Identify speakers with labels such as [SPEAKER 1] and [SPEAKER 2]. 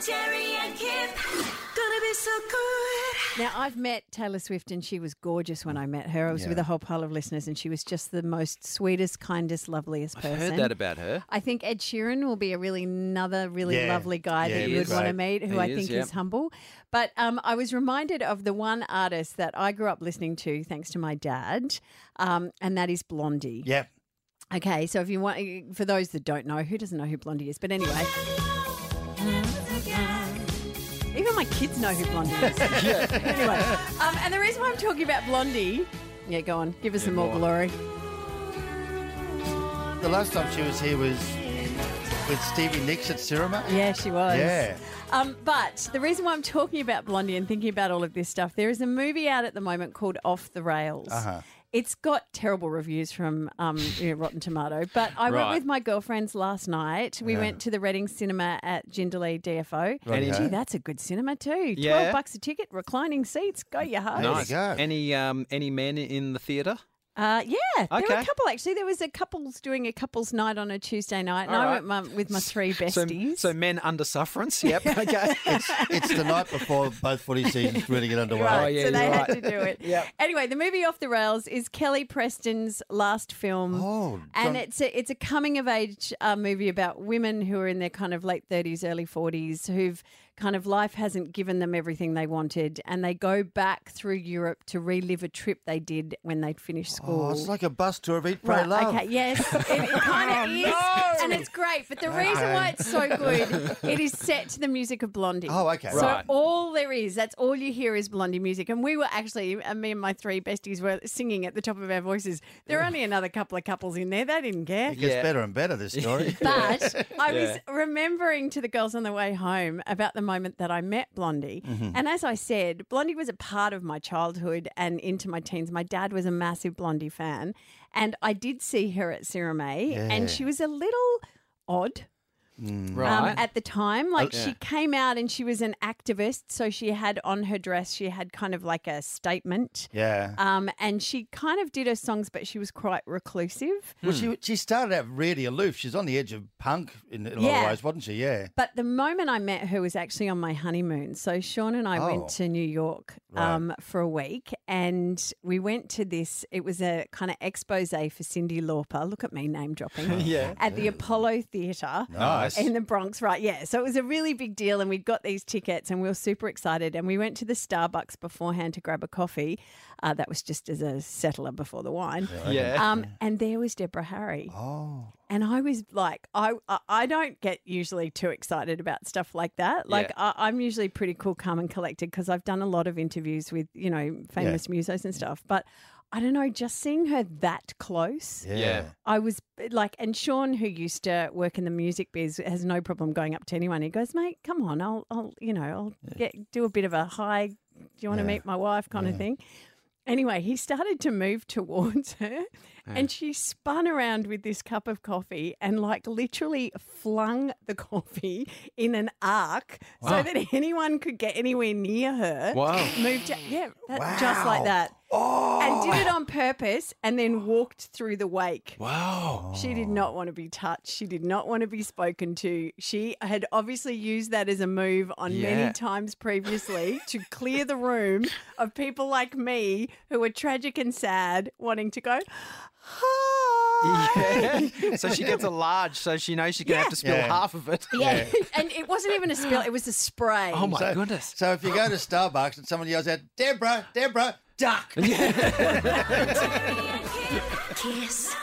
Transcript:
[SPEAKER 1] Terry and Kip. Gonna be so good.
[SPEAKER 2] Now, I've met Taylor Swift and she was gorgeous when I met her. I was with a whole pile of listeners and she was just the most sweetest, kindest, loveliest person.
[SPEAKER 3] Heard that about her.
[SPEAKER 2] I think Ed Sheeran will be a really another really
[SPEAKER 4] Yeah.
[SPEAKER 2] lovely guy
[SPEAKER 4] Yeah,
[SPEAKER 2] that
[SPEAKER 4] he
[SPEAKER 2] you would
[SPEAKER 4] is
[SPEAKER 2] want to
[SPEAKER 4] great.
[SPEAKER 2] meet, who
[SPEAKER 3] He
[SPEAKER 2] I
[SPEAKER 3] is,
[SPEAKER 2] think
[SPEAKER 3] yeah.
[SPEAKER 2] is humble. But um, I was reminded of the one artist that I grew up listening to, thanks to my dad, um, and that is Blondie.
[SPEAKER 4] Yep.
[SPEAKER 2] Okay, so if you want, eh, for those that don't know, who doesn't know who Blondie is? But anyway, even my kids know who Blondie is. Anyway, um, and the reason why I'm talking about Blondie, yeah, go on, give us some more,
[SPEAKER 3] go on.
[SPEAKER 2] glory.
[SPEAKER 4] The last time she was here was with Stevie Nicks at Cirima.
[SPEAKER 2] Yeah, she was.
[SPEAKER 4] Yeah.
[SPEAKER 2] Um, but the reason why I'm talking about Blondie and thinking about all of this stuff, there is a movie out at the moment called Off the Rails.
[SPEAKER 4] Uh-huh.
[SPEAKER 2] It's got terrible reviews from um, you know, Rotten Tomato, but I went
[SPEAKER 3] Right.
[SPEAKER 2] with my girlfriends last night. We went to the Reading Cinema at Jindalee DFO.
[SPEAKER 4] Rightio.
[SPEAKER 2] Gee, that's a good cinema too. Twelve
[SPEAKER 3] Yeah.
[SPEAKER 2] bucks a ticket, reclining seats. Go your heart.
[SPEAKER 4] There you
[SPEAKER 3] Nice.
[SPEAKER 4] go.
[SPEAKER 3] Any um, any men in the theatre?
[SPEAKER 2] Uh, yeah, there were a
[SPEAKER 3] Okay.
[SPEAKER 2] couple actually. There was a couple's doing a couple's night on a Tuesday night, and
[SPEAKER 3] All
[SPEAKER 2] I
[SPEAKER 3] right.
[SPEAKER 2] went my, with my three
[SPEAKER 3] So,
[SPEAKER 2] besties.
[SPEAKER 3] so men under sufferance. Yep. Okay.
[SPEAKER 4] It's the night before both footy seasons really get underway.
[SPEAKER 2] Right,
[SPEAKER 3] Oh, yeah,
[SPEAKER 2] so they
[SPEAKER 3] you're
[SPEAKER 2] had
[SPEAKER 3] right.
[SPEAKER 2] to do it.
[SPEAKER 3] Yep.
[SPEAKER 2] Anyway, the movie Off the Rails is Kelly Preston's last film.
[SPEAKER 4] Oh,
[SPEAKER 2] and
[SPEAKER 4] John-
[SPEAKER 2] it's a, it's a coming of age uh, movie about women who are in their kind of late 30s, early 40s, who've kind of life hasn't given them everything they wanted. And they go back through Europe to relive a trip they did when they'd finished school.
[SPEAKER 4] Oh, it's like a bus tour of Eat, Pray,
[SPEAKER 2] Right,
[SPEAKER 4] Love. Oh,
[SPEAKER 2] Okay, yes, it, it kind of is, and it's great. But the reason why it's so good, it is set to the music of Blondie.
[SPEAKER 4] Oh, okay.
[SPEAKER 2] So
[SPEAKER 3] Right.
[SPEAKER 2] all there is, that's all you hear is Blondie music. And we were actually, and me and my three besties were singing at the top of our voices. There are only another couple of couples in there. They didn't care.
[SPEAKER 4] It gets
[SPEAKER 3] Yeah.
[SPEAKER 4] better and better, this story.
[SPEAKER 2] But I
[SPEAKER 3] Yeah.
[SPEAKER 2] was remembering to the girls on the way home about the moment that I met Blondie.
[SPEAKER 3] Mm-hmm.
[SPEAKER 2] And as I said, Blondie was a part of my childhood and into my teens. My dad was a massive Blondie fan. And I did see her at Cirame, and she was a little odd
[SPEAKER 4] Mm.
[SPEAKER 2] um,
[SPEAKER 3] right.
[SPEAKER 2] at the time. Like she
[SPEAKER 3] Oh, yeah.
[SPEAKER 2] came out and she was an activist, so she had on her dress she had kind of like a statement.
[SPEAKER 4] yeah.
[SPEAKER 2] Um, and she kind of did her songs, but she was quite reclusive.
[SPEAKER 4] well, she, she started out really aloof. She's on the edge of punk in, in a lot
[SPEAKER 2] Yeah.
[SPEAKER 4] of ways, wasn't she? Yeah.
[SPEAKER 2] But the moment I met her was actually on my honeymoon. So Sean and I
[SPEAKER 4] Oh.
[SPEAKER 2] went to New York um, for a week, and we went to this. It was a kind of expose for Cindy Lauper. Look at me name dropping.
[SPEAKER 3] Yeah.
[SPEAKER 2] At the Apollo Theatre.
[SPEAKER 3] Nice.
[SPEAKER 2] In the Bronx, right? Yeah. So it was a really big deal, and we got these tickets, and we were super excited. And we went to the Starbucks beforehand to grab a coffee. Uh, that was just as a settler before the wine.
[SPEAKER 3] yeah.
[SPEAKER 2] Um, and there was Deborah Harry.
[SPEAKER 4] Oh.
[SPEAKER 2] And I was like, I I- I don't get usually too excited about stuff like that. Like I, I'm usually pretty cool, calm, and collected because I've done a lot of interviews with you know famous musos and stuff. But I don't know, just seeing her that close.
[SPEAKER 4] Yeah.
[SPEAKER 3] Yeah.
[SPEAKER 2] I was eh, like, and Sean, who used to work in the music biz, has no problem going up to anyone. He goes, "Mate, come on, I'll, I'll, you know, I'll get do a bit of a hi. Do you want to meet my wife?" kind of thing. Anyway, he started to move towards her, and she spun around with this cup of coffee and like literally flung the coffee in an arc so that anyone could get anywhere near her.
[SPEAKER 3] Wow.
[SPEAKER 2] Moved, yeah, that, just like
[SPEAKER 4] Wow.
[SPEAKER 2] that. And did it
[SPEAKER 3] Oh.
[SPEAKER 2] on purpose and then walked through the wake.
[SPEAKER 3] wow.
[SPEAKER 2] She did not want to be touched. She did not want to be spoken to. She had obviously used that as a move on
[SPEAKER 3] Yeah.
[SPEAKER 2] many times previously to clear the room of people like me who were tragic and sad, wanting to go, hi.
[SPEAKER 3] Yeah. so she gets a large, so she knows she's gonna have to spill
[SPEAKER 4] Yeah.
[SPEAKER 3] half of it.
[SPEAKER 2] Yeah. and it wasn't even a spill, it was a spray.
[SPEAKER 3] Oh my
[SPEAKER 4] So-
[SPEAKER 3] goodness.
[SPEAKER 4] So if you go to Starbucks and someone yells out, Deborah, Deborah, duck.
[SPEAKER 1] Kiss